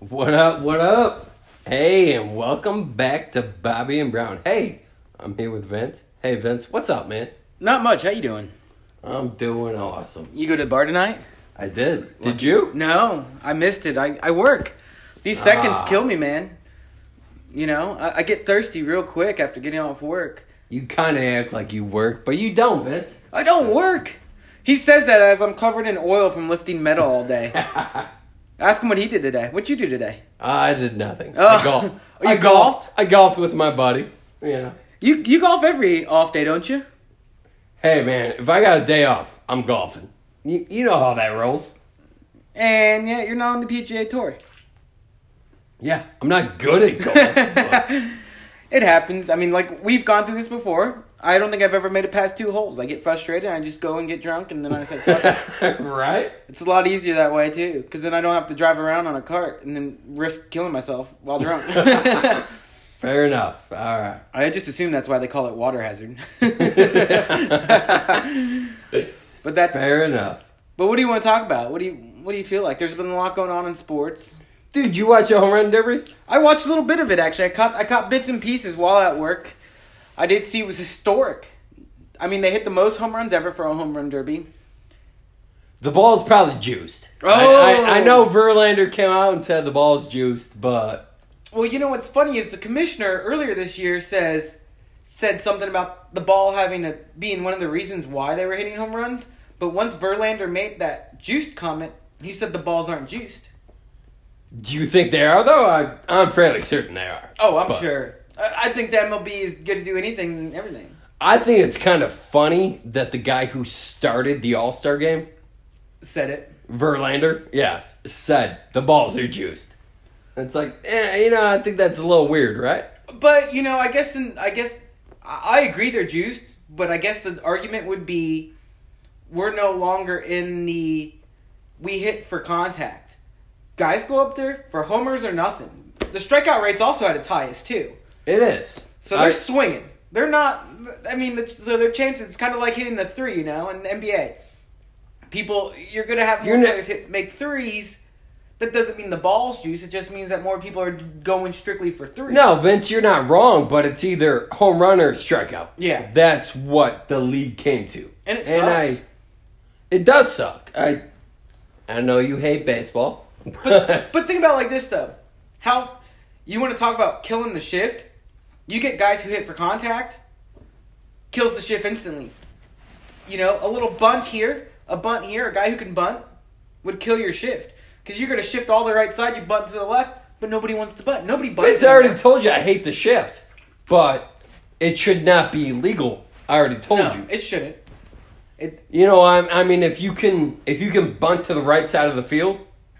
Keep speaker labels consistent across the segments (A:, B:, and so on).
A: What up? What up? Hey, and welcome back to Bobby and Brown. Hey, I'm here with Vince. Hey, Vince, what's up, man?
B: Not much. How you doing?
A: I'm doing awesome.
B: You go to the bar tonight?
A: I did. Did you?
B: No, I missed it. I, I work. These seconds
A: Ah.
B: kill me, man. You know, I, I get thirsty real quick after getting off work.
A: You kind of act like you work, but you don't, Vince.
B: I don't work. He says that as I'm covered in oil from lifting metal all day. Ask him what he did today. What you do today?
A: I did nothing.
B: Oh.
A: I golfed.
B: You
A: I
B: golfed?
A: I golfed with my buddy. Yeah.
B: You you golf every off day, don't you?
A: Hey, man, if I got a day off, I'm golfing. You, you know how that rolls.
B: And yet you're not on the PGA tour.
A: Yeah. I'm not good at golf. but-
B: It happens. I mean, like we've gone through this before. I don't think I've ever made it past two holes. I get frustrated. I just go and get drunk, and then I say, "Fuck it."
A: right?
B: It's a lot easier that way too, because then I don't have to drive around on a cart and then risk killing myself while drunk.
A: Fair enough. All right.
B: I just assume that's why they call it water hazard. but that's.
A: Fair enough.
B: But what do you want to talk about? What do you What do you feel like? There's been a lot going on in sports.
A: Dude, you watch the home run derby?
B: I watched a little bit of it actually. I caught I caught bits and pieces while at work. I did see it was historic. I mean, they hit the most home runs ever for a home run derby.
A: The ball's probably juiced. I-
B: Oh.
A: I, I, know Verlander came out and said the ball's juiced, but
B: Well, you know what's funny is the commissioner earlier this year says said something about the ball having to being one of the reasons why they were hitting home runs. But once Verlander made that juiced comment, he said the balls aren't juiced.
A: do you think they are though? I, I'm fairly certain they are.
B: Oh, I'm
A: But
B: sure. I, I think the MLB is going to do anything and everything.
A: I think it's kind of funny that the guy who started the All Star game,
B: Said it.
A: Verlander, yes, said the balls are juiced. It's like, eh, you know, I think that's a little weird, right?
B: But you know, I guess in, I guess I I agree they're juiced, but I guess the argument would be we're no longer in the we hit for contact. Guys go up there for homers or nothing. The strikeout rate's also at its highest too,
A: It is.
B: so they're
A: I-
B: swinging. They're not. I mean, the, so their chances it's kind of like hitting the three, you know, in the NBA. People, you're gonna have more
A: You're ne-
B: players hit make threes. That doesn't mean the ball's juice. It just means that more people are going strictly for threes.
A: No, Vince, you're not wrong, but it's either home run or strikeout.
B: Yeah.
A: That's what the league came to.
B: And it sucks.
A: I, it does suck. I I know you hate baseball.
B: but, but think about it like this though. How you want to talk about killing the shift? You get guys who hit for contact, kills the shift instantly. You know, a little bunt here, a bunt here, a guy who can bunt would kill your shift because you're going to shift all the right side. You bunt to the left, but nobody wants to bunt. Nobody bunts.
A: Vince, I already
B: anymore.
A: told you I hate the shift, but it should not be illegal. I already told
B: No,
A: you.
B: it shouldn't. It
A: You know, I, I mean, if you can if you can bunt to the right side of the field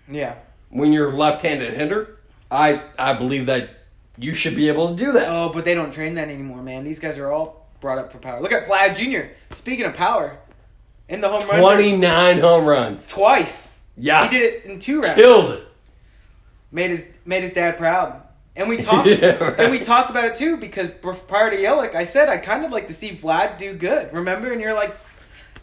B: yeah.
A: when you're left-handed hitter, I I believe that you should be able to do that.
B: Oh, but they don't train that anymore, man. These guys are all brought up for power. Look at Vlad Jr. Speaking of power, in the home run
A: 29 home runs.
B: twice.
A: Yes.
B: He did it in two rounds.
A: Killed it.
B: Made his made his dad proud. And we talked
A: Yeah, right.
B: and we talked about it too because bef- prior to Yelich, I said I'd kind of like to see Vlad do good. Remember? And you're like,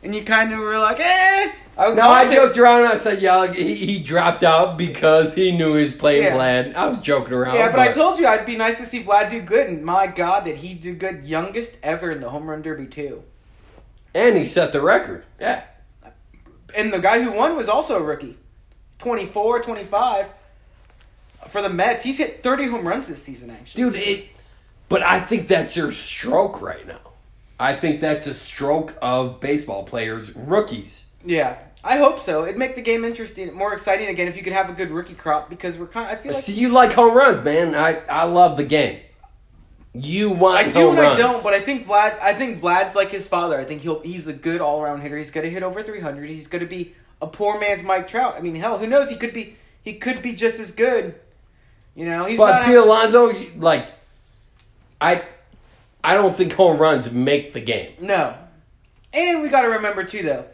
B: and you kind of were like, eh. I would
A: No, I
B: commentate-
A: joked around and I said, yeah, like, he, he dropped out because he knew he was playing
B: Yeah.
A: Vlad. I was joking around.
B: Yeah, but I told you I'd be nice to see Vlad do good, and my God, did he do good? Youngest ever in the home run derby too.
A: And he set the record. Yeah.
B: And the guy who won was also a rookie, 24, 25. For the Mets, he's hit 30 home runs this season, actually.
A: Dude, it. But I think that's their stroke right now. I think that's a stroke of baseball players, rookies.
B: Yeah, I hope so. It'd make the game interesting, more exciting again if you could have a good rookie crop because we're kind. I feel like
A: See, you like home runs, man. I, I love the game. You want
B: I do
A: home
B: and
A: runs.
B: I don't, but I think Vlad. I think Vlad's like his father. I think he'll he's a good all around hitter. He's gonna hit over three hundred. He's gonna be a poor man's Mike Trout. I mean, hell, who knows? He could be he could be just as good. You know, he's
A: But
B: not.
A: Pete Alonso, you- like, I, I don't think home runs make the game.
B: No. And we got to remember too, though,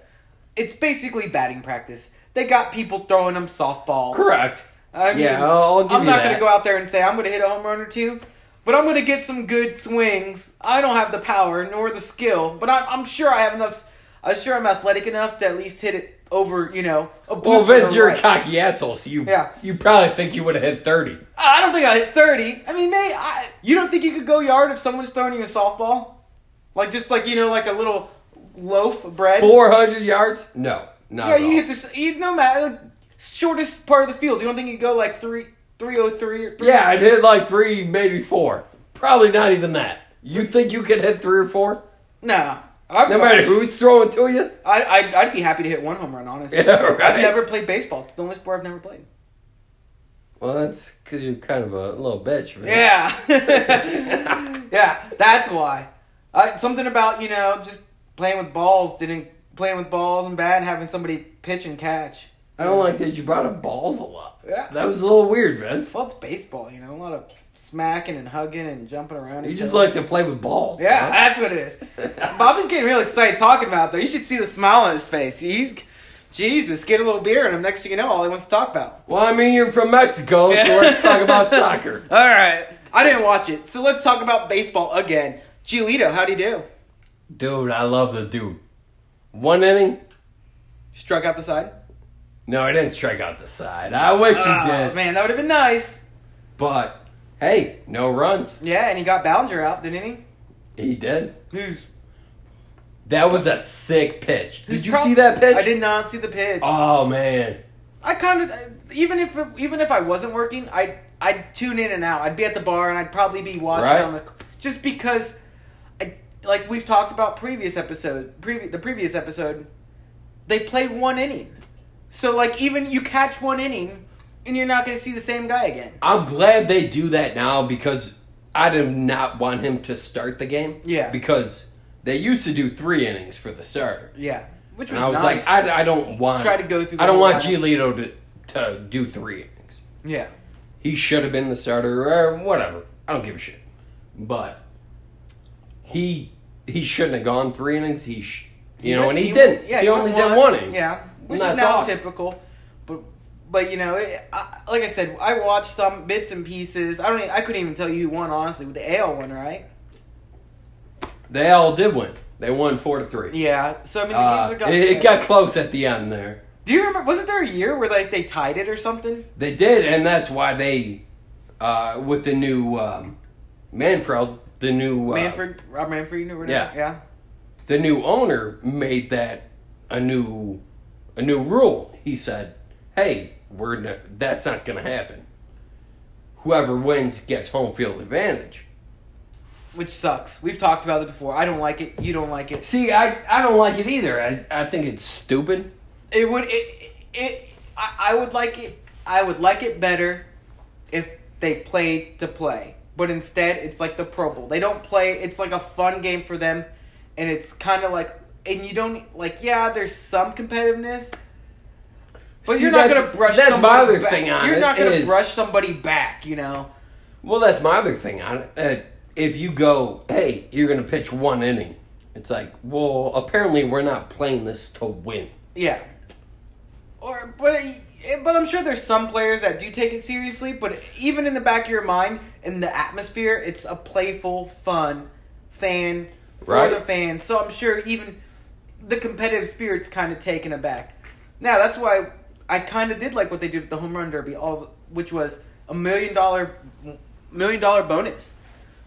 B: it's basically batting practice. They got people throwing them softballs.
A: Correct.
B: I mean,
A: Yeah, I'll- I'll give you
B: I'm not
A: that.
B: going to go out there and say I'm going to hit a home run or two, but I'm going to get some good swings. I don't uh, have the power nor the skill, but I'm, I'm sure I have enough. I'm sure I'm athletic enough to at least hit it over, you know, a blue
A: Well, Vince,
B: or
A: you're
B: right.
A: a cocky asshole, so you
B: Yeah.
A: you probably think you would have hit thirty.
B: I don't think I hit 30. I mean, may I, you don't think you could go yard if someone's throwing you a softball? Like, just like, you know, like a little loaf of bread?
A: Four hundred yards? No, not
B: yeah,
A: at
B: you
A: all.
B: hit this, you, no matter, like, shortest part of the field. You don't think you could go like three, 303 or three?
A: Yeah, I'd hit like three, maybe four. Probably not even that. You think you could hit three or four?
B: Nah. I'd,
A: No matter who's throwing to you?
B: I, I, I'd be happy to hit one home run, honestly.
A: Yeah, right.
B: I've never played baseball. It's the only sport I've never played.
A: Well, that's because you're kind of a little bitch. man.
B: Yeah. yeah, that's why. I, something about, you know, just playing with balls didn't playing with balls and bat and having somebody pitch and catch.
A: I don't like that you brought up balls a lot.
B: Yeah.
A: That was a little weird, Vince.
B: Well, it's baseball, you know, a lot of smacking and hugging and jumping around.
A: You
B: each
A: just
B: other.
A: like to play with balls.
B: Yeah,
A: huh?
B: that's what it is. Bobby's getting real excited talking about it, though. You should see the smile on his face. He's Jesus, get a little beer in him. Next thing you know, all he wants to talk about.
A: Well, I mean, you're from Mexico, so
B: Yeah.
A: let's talk about soccer.
B: All right, I didn't watch it, so let's talk about baseball again. Giolito, how'd he do?
A: Dude, I love the dude. One inning?
B: Struck out the side.
A: No, I didn't strike out the side. I wish
B: Oh,
A: he did.
B: man, that would have been nice.
A: But, hey, no runs.
B: Yeah, and he got Ballinger out, didn't
A: He did.
B: he? Who's?
A: That was a sick pitch. Did
B: who's
A: you
B: prob-
A: see that pitch?
B: I did not see the pitch.
A: Oh, man.
B: I kind of even if even if I wasn't working, I would I'd tune in and out. I'd be at the bar and I'd probably be watching
A: Right.
B: on the just because I like we've talked about previous episode, previ- the previous episode, they play one inning. So like even you catch one inning and you're not going to see the same guy again.
A: I'm glad they do that now because I do not want him to start the game.
B: Yeah.
A: Because they used to do three innings for the starter.
B: Yeah. Which was,
A: And I was
B: nice.
A: like, I, I don't want.
B: Try to go through the
A: I don't
B: whole
A: want
B: lineup.
A: Giolito to, to do three innings.
B: yeah.
A: He should have been the starter or whatever. I don't give a shit. But he he shouldn't have gone three innings. He sh- you know, and he, didn't.
B: Yeah,
A: he only
B: won
A: did one inning.
B: Yeah, which
A: that's
B: is not
A: awesome.
B: typical. But but you know, it, I, like I said, I watched some bits and pieces. I don't. Even, I couldn't even tell you who won honestly. With the AL one, right?
A: They all did win. They won four to three.
B: Yeah. So I mean, the
A: Uh,
B: games are
A: it, it got close at the end there.
B: Do you remember? Wasn't there a year where like they tied it or something?
A: They did, and that's why they, uh, with the new um, Manfred, the new uh,
B: Manfred, Rob Manfred, or whatever.
A: Yeah.
B: Yeah.
A: the new owner made that a new a new rule. He said, "Hey, we're no, that's not going to happen. Whoever wins gets home field advantage."
B: Which sucks. We've talked about it before. I don't like it. You don't like it.
A: See, I I don't like it either. I I think it's stupid.
B: It would. It. It. it I, I would like it. I would like it better if they played to play. But instead, it's like the Pro Bowl. They don't play. It's like a fun game for them, and it's kind of like. And you don't like. Yeah, there's some competitiveness, but
A: See,
B: you're not
A: that's-
B: gonna brush.
A: That's my
B: somebody
A: other
B: back.
A: thing on
B: You're
A: it
B: not gonna
A: is-
B: brush somebody back. You know.
A: Well, that's my other thing on it. Uh, if you go, hey, you're going to pitch one inning, it's like, well, apparently we're not playing this to win.
B: Yeah. Or but it- but I'm sure there's some players that do take it seriously. But even in the back of your mind, in the atmosphere, it's a playful, fun fan for
A: Right.
B: the fans. So I'm sure even the competitive spirit's kind of taken aback. Now that's why I kind of did like what they did with the home run derby, all which was a million dollar million dollar bonus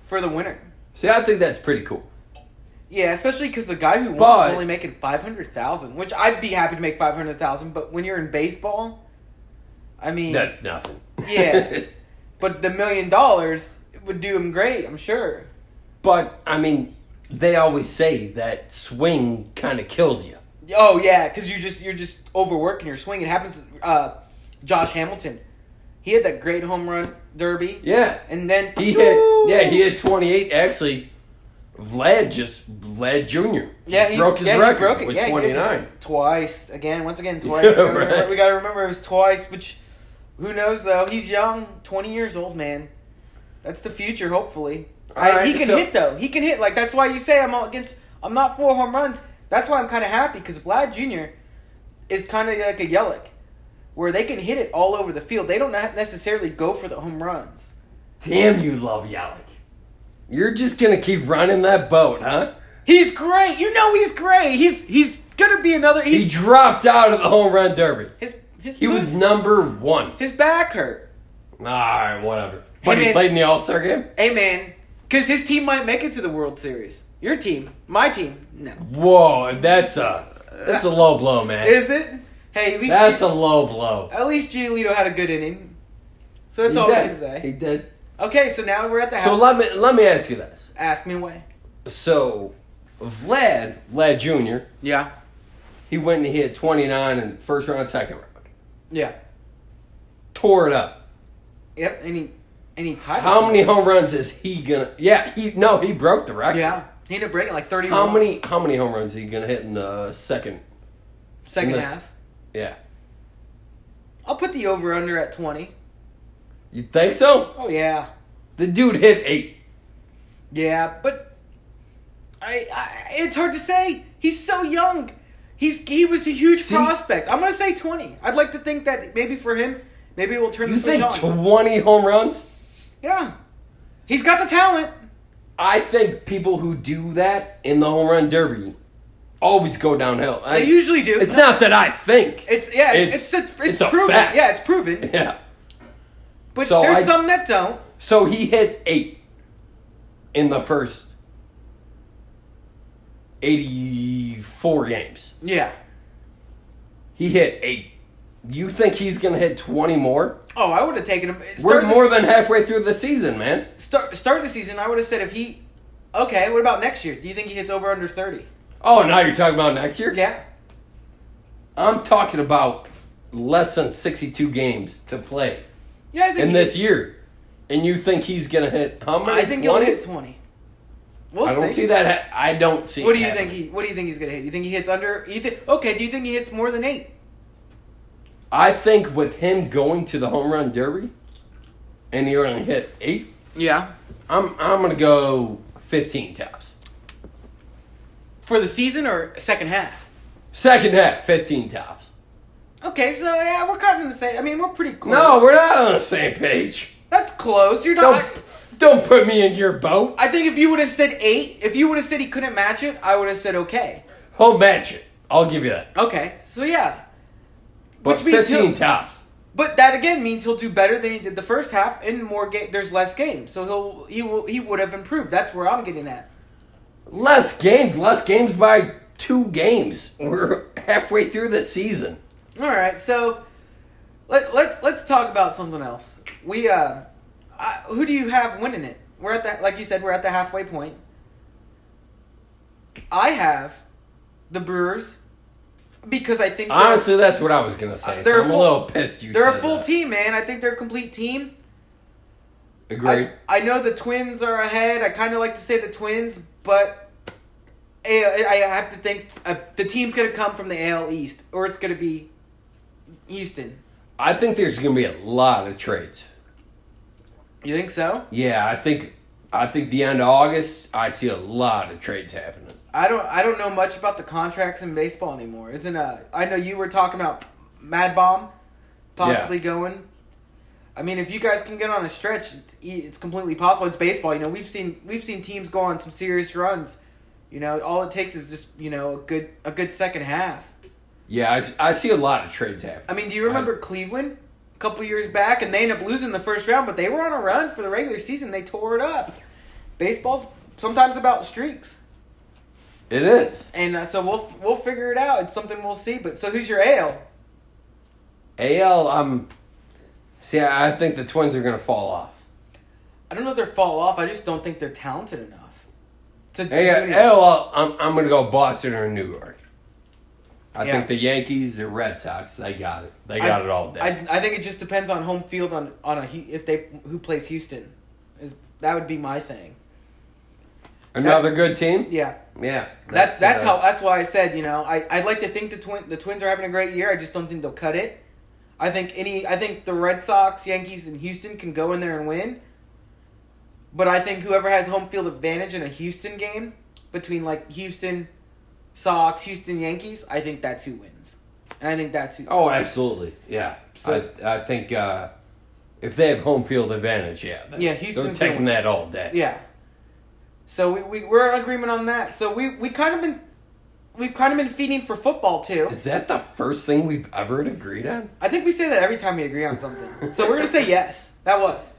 B: for the winner.
A: See, I think that's pretty cool.
B: Yeah, especially because the guy who won
A: But-
B: was only making five hundred thousand, which I'd be happy to make five hundred thousand. But when you're in baseball, I mean,
A: That's nothing.
B: yeah. but the million dollars would do him great, I'm sure.
A: but, I mean, they always say that swing kind of kills you.
B: Oh yeah, because you're just you're just overworking your swing. It happens. Uh, Josh Hamilton, he had that great home run derby.
A: Yeah.
B: and then
A: He hit, yeah, he hit 28. Actually, Vlad just, Vlad Jr.
B: Yeah, he's,
A: broke his
B: yeah, he
A: record
B: broke it.
A: with
B: yeah, he did.
A: 29.
B: Twice again, once again, twice.
A: Yeah,
B: we, gotta remember,
A: right.
B: we gotta remember it was twice. Which, who knows though? He's young, twenty years old, man. That's the future, hopefully.
A: All
B: I-
A: right,
B: he can
A: so-
B: hit though. He can hit. Like that's why you say I'm all against. I'm not for home runs. That's why I'm kind of happy because Vlad Jr. is kind of like a Yelich, where they can hit it all over the field. They don't not necessarily go for the home runs.
A: Damn, you love Yalik. You're just going to keep running that boat, huh?
B: He's great. You know he's great. He's he's gonna be another.
A: He
B: He's,
A: dropped out of the home run derby.
B: his his
A: He was
B: his-
A: number one.
B: his back hurt.
A: All right, whatever. But he
B: man.
A: played in the All Star game.
B: Hey man, because his team might make it to the World Series. Your team, my team, no.
A: Whoa, that's a that's a low blow, man.
B: Is it? Hey, at least
A: that's
B: G-
A: a low blow.
B: at least Giolito had a good inning. So that's
A: he
B: all we can
A: did. He
B: say.
A: did.
B: Okay, so now we're at the
A: So
B: house.
A: let me let me ask you this.
B: Ask me why.
A: So Vlad, Vlad Jr.,
B: Yeah,
A: he went and hit 29 in first round, second round.
B: yeah,
A: Tore it up.
B: yep. Any any title?
A: How many home runs is he gonna Yeah, he no, he broke the record.
B: Yeah, he ended up breaking like thirty.
A: How many how many home runs is he gonna hit in the second
B: second
A: in this-
B: half?
A: Yeah.
B: I'll put the over under at twenty.
A: You think so?
B: Oh yeah,
A: The dude hit eight.
B: yeah, but I, I it's hard to say. He's so young. He's he was a huge
A: See-
B: prospect. I'm gonna say twenty. I'd like to think that maybe for him, maybe we'll turn
A: You
B: the switch
A: think
B: on.
A: twenty home runs?
B: yeah, he's got the talent.
A: I think people who do that in the home run derby always go downhill. I,
B: They usually do.
A: It's
B: No.
A: not that I think.
B: It's yeah, it's it's, it's,
A: it's a
B: proven.
A: fact.
B: Yeah, it's proven.
A: yeah.
B: But
A: So
B: there's
A: I-
B: some that don't.
A: So he hit eight in the first eighty-four games.
B: Yeah.
A: He hit eight. You think he's gonna hit twenty more?
B: Oh, I would have taken him.
A: We're
B: Start
A: more
B: the,
A: than halfway through the season, man.
B: start start of the season. I would have said if he. Okay, what about next year? Do you think he hits over under thirty?
A: Oh, now you're talking about next year?
B: Yeah.
A: I'm talking about less than sixty-two games to play.
B: Yeah, I think
A: in
B: he-
A: this year. And you think he's gonna hit how many?
B: I think he'll
A: 20?
B: hit twenty. We'll
A: I don't see that. ha- I don't see.
B: What do you
A: it
B: think
A: happening.
B: he? What do you think he's gonna hit? You think he hits under? You thi- okay, do you think he hits more than eight?
A: I think with him going to the home run derby, and you're gonna hit eight.
B: Yeah.
A: I'm I'm gonna go fifteen tops.
B: For the season or second half?
A: Second half, fifteen tops.
B: Okay, so yeah, we're kind of in the same. I mean, we're pretty close.
A: No, we're not on the same page.
B: that's close. You're not.
A: Don't don't put me in your boat.
B: I think if you would have said eight, if you would have said he couldn't match it, I would have said okay.
A: He'll match it. I'll give you that.
B: Okay, so yeah.
A: But
B: Which means
A: fifteen
B: he'll,
A: tops.
B: but that again means he'll do better than he did the first half in more game. There's less games, so he'll he will he would have improved. That's where I'm getting at.
A: Less games. Less games by two games. We're halfway through the season.
B: All right, so let let's let's talk about something else. We uh, I, who do you have winning it? We're at that, like you said, we're at the halfway point. I have the Brewers because I think they're-
A: Honestly, that's what I was gonna say.
B: They're
A: so
B: a
A: I'm
B: full-
A: a little pissed. You
B: they're a
A: said
B: full
A: that.
B: team, man. I think they're a complete team.
A: Agreed.
B: I, I know the Twins are ahead. I kind of like to say the Twins, but I, I have to think uh, the team's going to come from the AL East, or it's going to be Houston.
A: I think there's gonna be a lot of trades.
B: You think so?
A: Yeah, I think I think the end of August, I see a lot of trades happening.
B: I don't. I don't know much about the contracts in baseball anymore. Isn't uh? I know you were talking about Mad Bomb possibly going. I mean, if you guys can get on a stretch, it's, e- it's completely possible. It's baseball. You know, we've seen we've seen teams go on some serious runs. You know, all it takes is just you know a good a good second half.
A: Yeah, I, s- I see a lot of trades happening.
B: I mean, do you remember Cleveland a couple years back, and they ended up losing the first round, but they were on a run for the regular season. They tore it up. Baseball's sometimes about streaks.
A: it is
B: And uh, so we'll we'll figure it out. It's something we'll see. But so who's your ale?
A: AL. I'm see. I I think the Twins are gonna fall off.
B: I don't know if they're fall off. I just don't think they're talented enough. To, to do
A: AL.
B: anything.
A: AL I'm I'm gonna go Boston or New York. I
B: Yeah.
A: think the Yankees or Red Sox. They got it. They
B: I-
A: got it all day.
B: I, I think it just depends on home field on on a Hu- if they who plays Houston is that would be my thing.
A: Another good team.
B: Yeah.
A: Yeah,
B: That's that's
A: uh,
B: how that's why I said you know I I'd like to think the twin the Twins are having a great year. I just don't think they'll cut it. I think any I think the Red Sox, Yankees, and Houston can go in there and win. But I think whoever has home field advantage in a Houston game between like Houston Sox, Houston Yankees, I think that's who wins, and I think that's who.
A: Oh, absolutely. Yeah.
B: So-
A: I, I think uh, if they have home field advantage, yeah. they-
B: Yeah, Houston's
A: They're
B: gonna-
A: taking that all day.
B: Yeah. So we, we we're in agreement on that. So we we kind of been we've kind of been feeding for football too.
A: Is that the first thing we've ever agreed on?
B: I think we say that every time we agree on something. So we're gonna say yes. That was.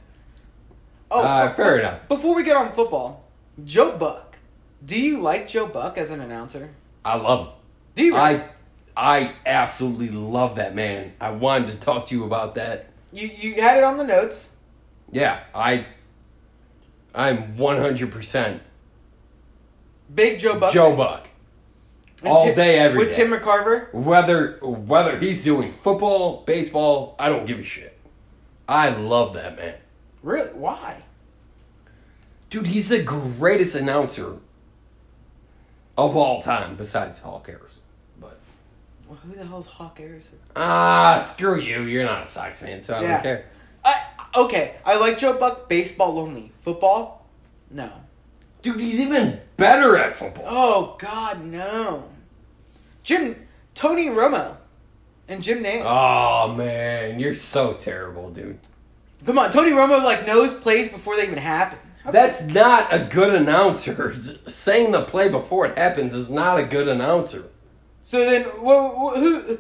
B: Oh,
A: Uh,
B: bef-
A: fair enough.
B: Before we get on football, Joe Buck. Do you like Joe Buck as an announcer?
A: I love him.
B: Do you?
A: I I absolutely love that man. I wanted to talk to you about that.
B: you you had it on the notes.
A: Yeah, I I'm 100%
B: Big Joe Buck.
A: Joe Buck.
B: And
A: all
B: Tim-
A: day, every
B: with
A: day.
B: Tim McCarver.
A: Whether whether he's doing football, baseball, I don't give a shit. I love that man.
B: Really? Why?
A: Dude, he's the greatest announcer of all time besides Hall Harrison. But
B: Well, who the hell's Hawk Harrison?
A: ah, screw you. You're not a Sox fan, so I
B: Yeah.
A: don't care.
B: I okay. I like Joe Buck baseball only. Football, no.
A: Dude, he's even better at football.
B: Oh God, no. Jim Tony Romo and Jim Nance.
A: Oh man, you're so terrible, dude.
B: Come on, Tony Romo like knows plays before they even happen. How-
A: That's not a good announcer. Saying the play before it happens is not a good announcer.
B: So then, wh- wh- who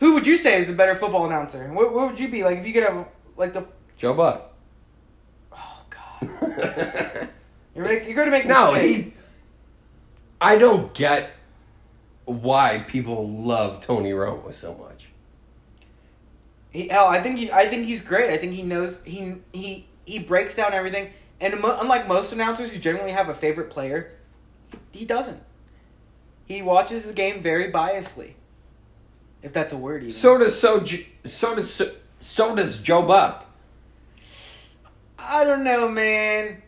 B: who would you say is the better football announcer? What, what would you be like if you could have like the?
A: Joe Buck.
B: Oh God, you're make, you're gonna make
A: no,
B: mistakes.
A: he. I don't get why people love Tony Romo so much.
B: He, hell, I think he, I think he's great. I think he knows he he he breaks down everything. And mo- unlike most announcers who generally have a favorite player, he doesn't. He watches the game very biasly, if that's a word. Even.
A: So does so J- so does so, so does Joe Buck.
B: I don't know, man.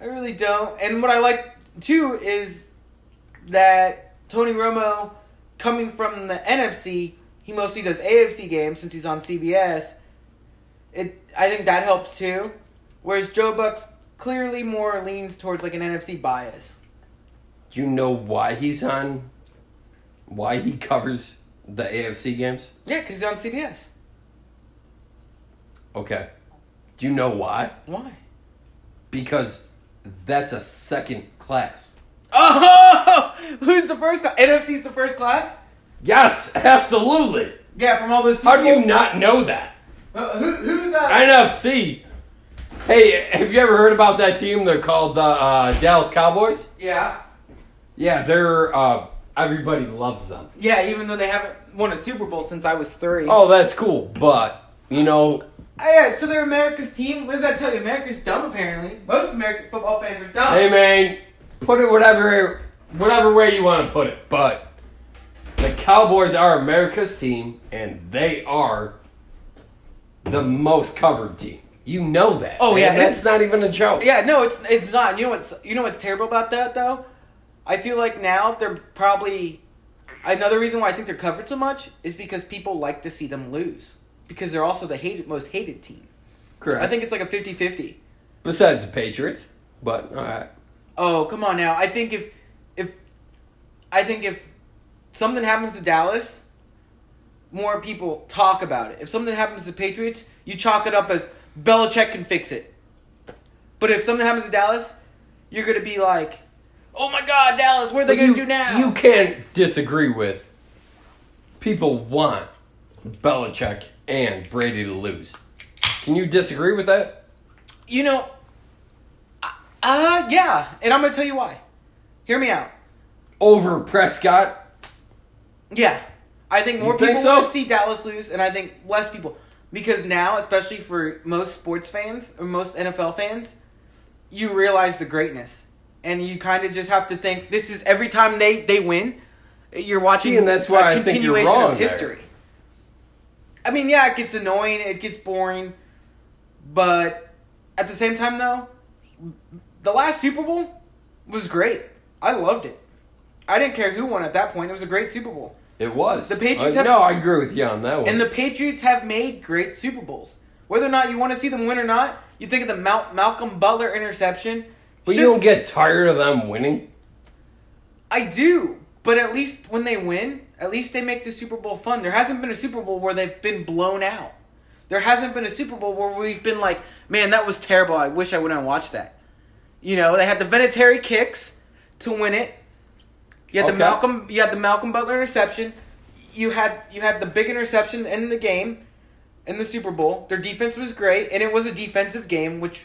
B: I really don't. And what I like too is that Tony Romo, coming from the NFC, he mostly does AFC games since he's on CBS. It I think that helps too. Whereas Joe Buck's clearly more leans towards like an NFC bias.
A: Do you know why he's on? Why he covers the AFC games?
B: Yeah, because he's on CBS.
A: Okay. Do you know why?
B: Why?
A: Because that's a second class.
B: Oh, who's the first class? NFC's the first class.
A: Yes, absolutely.
B: Yeah, from all those.
A: How do you not know that?
B: Uh, who, who's that?
A: NFC. Hey, have you ever heard about that team? They're called the uh, Dallas Cowboys.
B: yeah.
A: Yeah, they're uh, everybody loves them.
B: Yeah, even though they haven't won a Super Bowl since I was three.
A: Oh, that's cool, but you know,
B: Ah, yeah, so they're America's team. What does that tell you? America's dumb, apparently. Most American football fans are dumb.
A: hey man, put it whatever whatever way you want to put it, but the Cowboys are America's team, and they are the most covered team. You know that.
B: Oh, yeah,
A: man. that's
B: it's-
A: not even a joke.
B: Yeah, no, it's it's not. You know what's you know what's terrible about that though? I feel like now they're probably another reason why I think they're covered so much is because people like to see them lose because they're also the hated most hated team.
A: correct.
B: I think it's like a 50-50.
A: besides the Patriots, but all right.
B: Oh, come on now. I think if if I think if something happens to Dallas, more people talk about it. If something happens to Patriots, you chalk it up as Belichick can fix it. But if something happens to Dallas, you're gonna be like, "Oh my God, Dallas, what are they
A: But
B: gonna
A: you,
B: do now?"
A: You can't disagree with people want Belichick and Brady to lose. Can you disagree with that?
B: you know, uh, yeah. And I'm gonna tell you why. Hear me out.
A: Over Prescott?
B: Yeah. I think more
A: think
B: people
A: so?
B: want to see Dallas lose, and I think less people. Because now, especially for most sports fans, or most NFL fans, you realize the greatness. And you kind of just have to think this is every time they, they win, you're watching
A: See, and that's why I think you're wrong there.
B: history. I mean, yeah, it gets annoying, it gets boring, but at the same time, though, the last Super Bowl was great. I loved it. I didn't care who won at that point. It was a great Super Bowl.
A: It was.
B: The Patriots
A: Uh,
B: have-
A: no, I agree with you on that one.
B: And the Patriots have made great Super Bowls. Whether or not you want to see them win or not, you think of the Mal- Malcolm Butler interception.
A: but you
B: Should-
A: don't get tired of them winning?
B: I do, but at least when they win, at least they make the Super Bowl fun. There hasn't been a Super Bowl where they've been blown out. There hasn't been a Super Bowl where we've been like, man, that was terrible. I wish I wouldn't have watched that. You know, they had the Venetary kicks to win it. You had the
A: Okay.
B: Malcolm. You had the Malcolm Butler interception. You had you had the big interception in the game, in the Super Bowl. Their defense was great, and it was a defensive game, which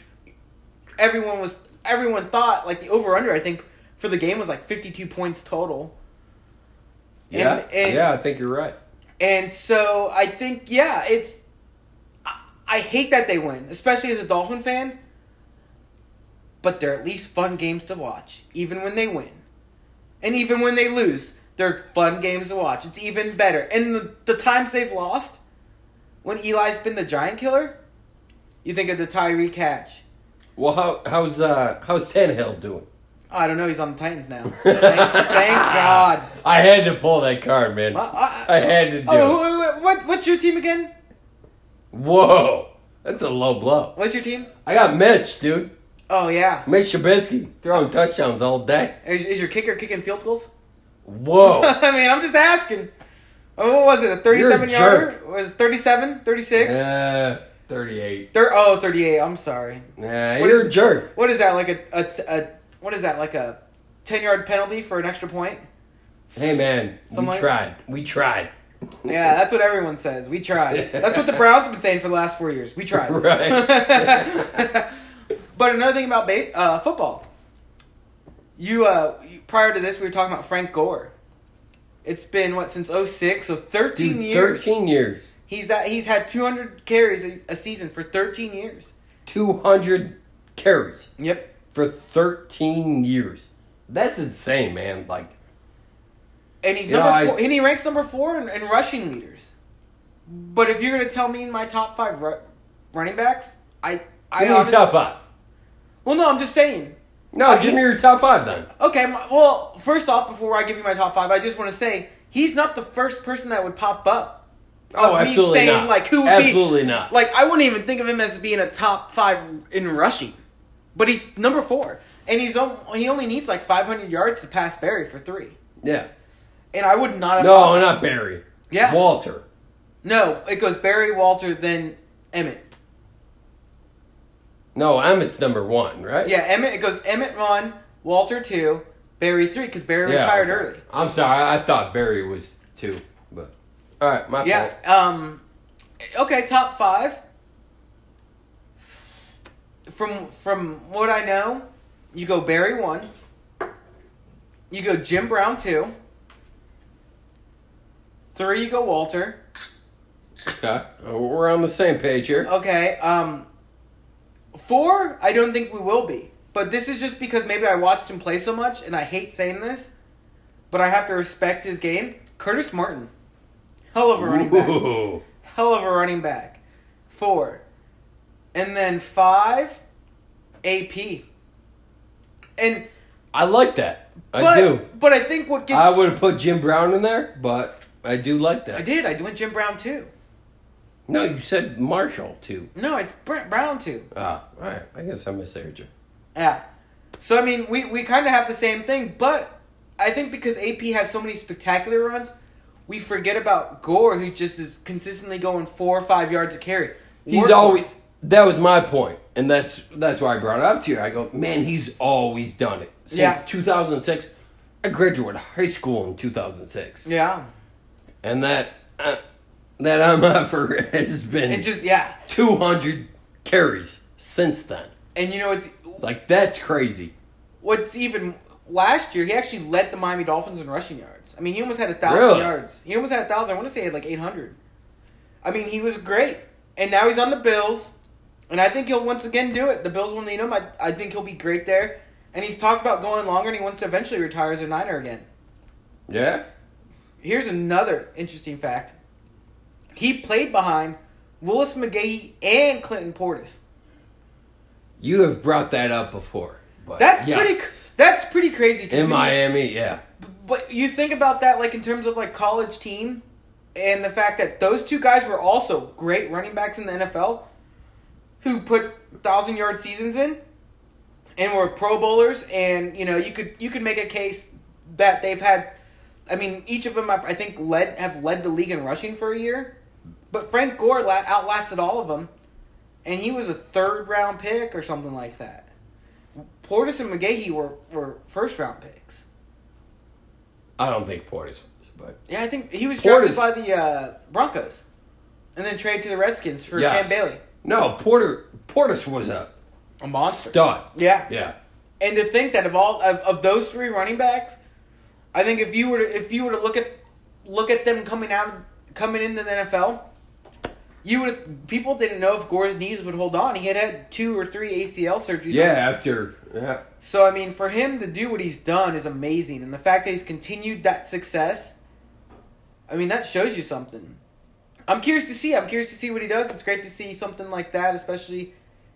B: everyone was everyone thought like the over under. I think for the game was like fifty two points total. And-
A: Yeah,
B: and-
A: yeah, I think you're right.
B: And so I think yeah, it's I, I hate that they win, especially as a Dolphin fan. But they're at least fun games to watch, even when they win. And even when they lose, they're fun games to watch. It's even better. And the, the times they've lost, when Eli's been the giant killer, you think of the Tyree catch.
A: Well, how, how's uh, how's Tannehill doing?
B: Oh, I don't know, he's on the Titans now. Thank, thank God.
A: I had to pull that card, man.
B: Uh, uh,
A: I had to do. it.
B: oh, who- who- what, what's your team again?
A: Whoa, that's a low blow.
B: What's your team?
A: I got Mitch, dude.
B: Oh, yeah.
A: Mitch Trubisky throwing touchdowns all day.
B: Is, is your kicker kicking field goals?
A: Whoa.
B: I mean, I'm just asking. Oh, What was it? A 37
A: Oh. You're a
B: yarder? Was it 37? 36?
A: uh, Thirty-eight.
B: Thir- oh, 38. I'm sorry.
A: Nah,
B: What
A: you're
B: is-
A: a jerk.
B: What is that? Like a, a, a what is that? Like a 10 yard penalty for an extra point?
A: Hey, man,
B: Something
A: we
B: like-
A: tried. We tried.
B: Yeah, that's what everyone says. We tried. That's what the Browns have been saying for the last four years. We tried.
A: Right.
B: but another thing about ba- uh, football, you, uh, you- prior to this, we were talking about Frank Gore. It's been what since 06, so 13
A: Dude,
B: years.
A: Thirteen years.
B: He's at, he's had 200 carries a, a season for 13 years.
A: Two hundred carries.
B: Yep.
A: for 13 years. That's insane, man. Like,
B: And he's
A: You
B: number
A: know, I-
B: four, and he ranks number four in, in rushing leaders. But if you're gonna tell me my top five ru- running backs, I
A: give
B: I
A: me your
B: honestly-
A: top five.
B: well no, I'm just saying.
A: No,
B: I-
A: give me your top five then.
B: Okay, my, well first off, before I give you my top five, I just want to say he's not the first person that would pop up.
A: Oh,
B: Of me
A: absolutely
B: saying,
A: not.
B: like, who would be-
A: absolutely not.
B: Like I wouldn't even think of him as being a top five in rushing, but he's number four, and he's on, he only needs like 500 yards to pass Barry for three.
A: yeah.
B: And I would not have
A: No, not Barry.
B: Uh, Yeah.
A: Walter.
B: No, it goes Barry, Walter, then Emmett.
A: No, Emmett's number one, right?
B: Yeah, Emmett. It goes Emmett one, Walter two, Barry three, because Barry
A: Yeah,
B: retired
A: okay.
B: early.
A: I'm sorry. I thought Barry was two, but all right, my
B: Yeah.
A: fault.
B: Um. Okay, top five. From from what I know, you go Barry one. You go Jim Brown two. Three, you go Walter.
A: Okay, Uh, we're on the same page here.
B: Okay. Um, four, I don't think we will be. But this is just because maybe I watched him play so much, and I hate saying this, but I have to respect his game. Curtis Martin, hell of a running back.
A: Ooh.
B: Hell of a running back. Four, and then five, AP. And
A: I like that. I
B: but,
A: do.
B: but I think what gives
A: I would have put Jim Brown in there, but I do like that.
B: I did I went Jim Brown too.
A: No, you said Marshall too.
B: No, it's Brent Brown too.
A: Ah, all right. I guess I misheard you.
B: Yeah. So I mean, we we kind of have the same thing, but I think because AP has so many spectacular runs, we forget about Gore, who just is consistently going four or five yards a carry.
A: He's
B: Workhorse.
A: always that was my point, and that's that's why I brought it up to you. I go, man, he's always done it. Since
B: Yeah.
A: 2006, I graduated high school in 2006,
B: yeah.
A: and that uh, that I'm up for has
B: It
A: been
B: just yeah,
A: 200 carries since then.
B: and you know it's
A: Like that's crazy.
B: what's even last year he actually led the Miami Dolphins in rushing yards. I mean, he almost had a thousand
A: Really?
B: yards. He almost had a thousand. I want to say he had like eight hundred. I mean, he was great, and now he's on the Bills, and I think he'll once again do it. The Bills will need him. I I think he'll be great there, and he's talked about going longer, and he wants to eventually retire as a Niner again.
A: Yeah.
B: Here's another interesting fact: he played behind Willis McGahee and Clinton Portis.
A: You have brought that up before. But
B: That's pretty.
A: yes.
B: cr- That's pretty crazy. 'cause
A: in
B: we-
A: Miami. Yeah.
B: But you think about that, like in terms of like college team, and the fact that those two guys were also great running backs in the NFL, who put thousand yard seasons in, and were Pro Bowlers, and you know you could you could make a case that they've had, I mean each of them I I think led have led the league in rushing for a year, but Frank Gore la- outlasted all of them, and he was a third round pick or something like that. Portis and McGahee were were first round picks.
A: I don't think Portis was, but
B: Yeah, I think he was drafted
A: Portis-
B: by the uh, Broncos, and then traded to the Redskins for
A: Yes.
B: Cam Bailey,
A: No, Porter Portis was a
B: a monster.
A: stud.
B: Yeah.
A: Yeah.
B: And to think that of all of, of those three running backs, I think if you were to, if you were to look at look at them coming out coming into the NFL, you would people didn't know if Gore's knees would hold on. He had had two or three ACL surgeries.
A: Yeah, after yeah.
B: So I mean, for him to do what he's done is amazing, and the fact that he's continued that success, I mean, that shows you something. I'm curious to see. I'm curious to see what he does. It's great to see something like that, especially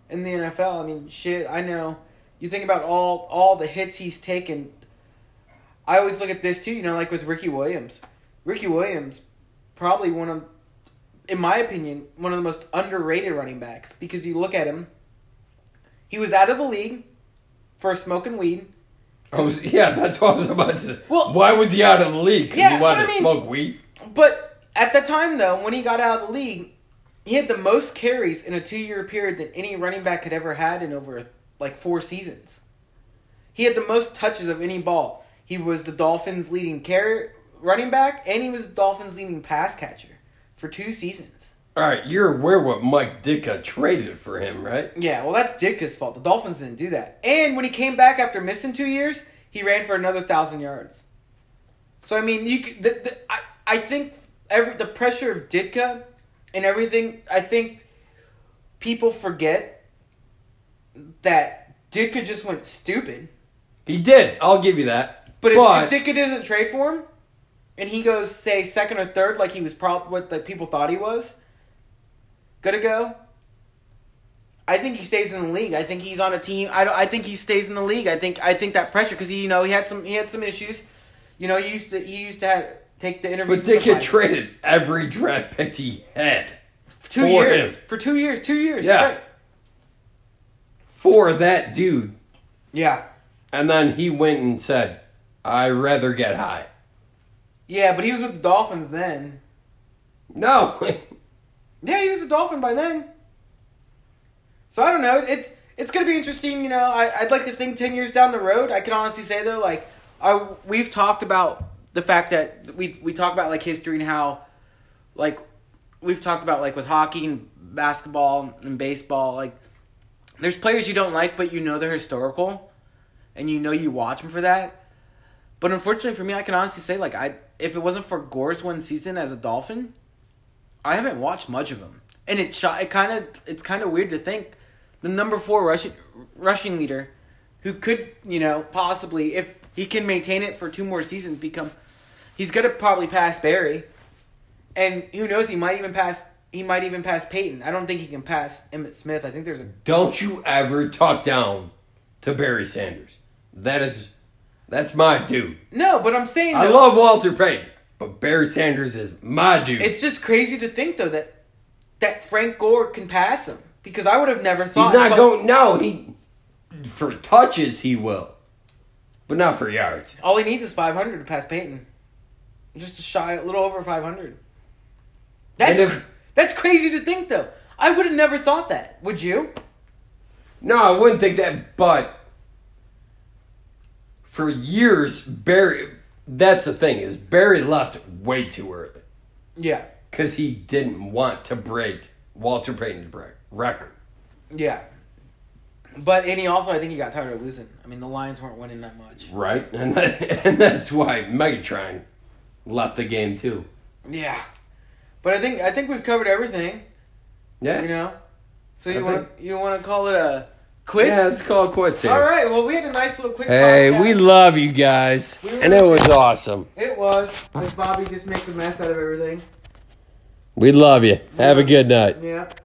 B: in the NFL. I mean, shit. I know. You think about all all the hits he's taken. I always look at this too. You know, like with Ricky Williams. Ricky Williams, probably one of, in my opinion, one of the most underrated running backs because you look at him. He was out of the league for smoking weed.
A: I was yeah, that's what I was about to say.
B: Well-
A: Why was he out of the league? Because
B: Yeah,
A: he wanted
B: but I
A: to
B: mean-
A: smoke weed.
B: But at the time, though, when he got out of the league, he had the most carries in a two-year period than any running back had ever had in over like four seasons. He had the most touches of any ball. He was the Dolphins' leading carry running back, and he was the Dolphins' leading pass catcher for two seasons.
A: Alright, you're aware what Mike Ditka traded for him, right?
B: Yeah, well, that's Ditka's fault. The Dolphins didn't do that. And when he came back after missing two years, he ran for another thousand yards. So I mean, you could, the, the, I I think every the pressure of Ditka and everything. I think people forget that Ditka just went stupid.
A: He did, I'll give you that.
B: But if, if Ditka doesn't trade for him, and he goes say second or third, like he was prob what like people thought he was, gonna go. I think he stays in the league. I think he's on a team. I don't. I think he stays in the league. I think. I think that pressure because he, you know, he had some. He had some issues. You know, he used to. He used to have take the interviews.
A: But
B: with
A: Dick
B: the
A: had
B: Vikings.
A: traded every draft pick he had
B: two
A: for
B: years
A: him.
B: for two years. Two years.
A: Yeah.
B: straight.
A: for that dude,
B: Yeah.
A: and then he went and said, "I rather get high."
B: Yeah, but he was with the Dolphins then.
A: No,
B: Yeah, he was a dolphin by then. So I don't know. It's it's gonna be interesting. You know, I I'd like to think ten years down the road. I can honestly say though, like, I we've talked about the fact that we we talk about like history and how, like, we've talked about like with hockey and basketball and baseball. Like, there's players you don't like, but you know they're historical, and you know you watch them for that. But unfortunately for me, I can honestly say like I if it wasn't for Gore's one season as a Dolphin, I haven't watched much of him, and it shot. It kind of it's kind of weird to think the number four rushing rushing leader, who could you know possibly if he can maintain it for two more seasons become, he's gonna probably pass Barry, and who knows he might even pass he might even pass Peyton. I don't think he can pass Emmett Smith. I think there's a
A: Don't you ever talk down to Barry Sanders. That is, that's my dude.
B: no, but I'm saying
A: I
B: though-
A: love Walter Payton, but Barry Sanders is my dude.
B: it's just crazy to think though that that Frank Gore can pass him because I would have never thought
A: He's not
B: until-
A: going. No, he for touches he will, but not for yards.
B: All he needs is 500 to pass Peyton. Just a shy, a little over 500. That's,
A: And if-
B: that's crazy to think, though. I would have never thought that. Would you?
A: No, I wouldn't think that. But for years, Barry. That's the thing is Barry left way too early
B: Yeah.
A: because he didn't want to break Walter Payton's break, record.
B: Yeah. But, and he also, I think he got tired of losing. I mean, the Lions weren't winning that much.
A: Right, and that, and that's why Megatron left the game too.
B: Yeah. But I think I think we've covered everything,
A: Yeah,
B: you know. So you
A: I
B: want you want to call it a quits?
A: yeah, let's call it quits here.
B: All right. Well, we had a nice little quick.
A: Hey,
B: podcast.
A: we love you guys, and it was awesome.
B: it was. As Bobby just makes a mess out of everything.
A: We love you. Have a good night.
B: Yeah.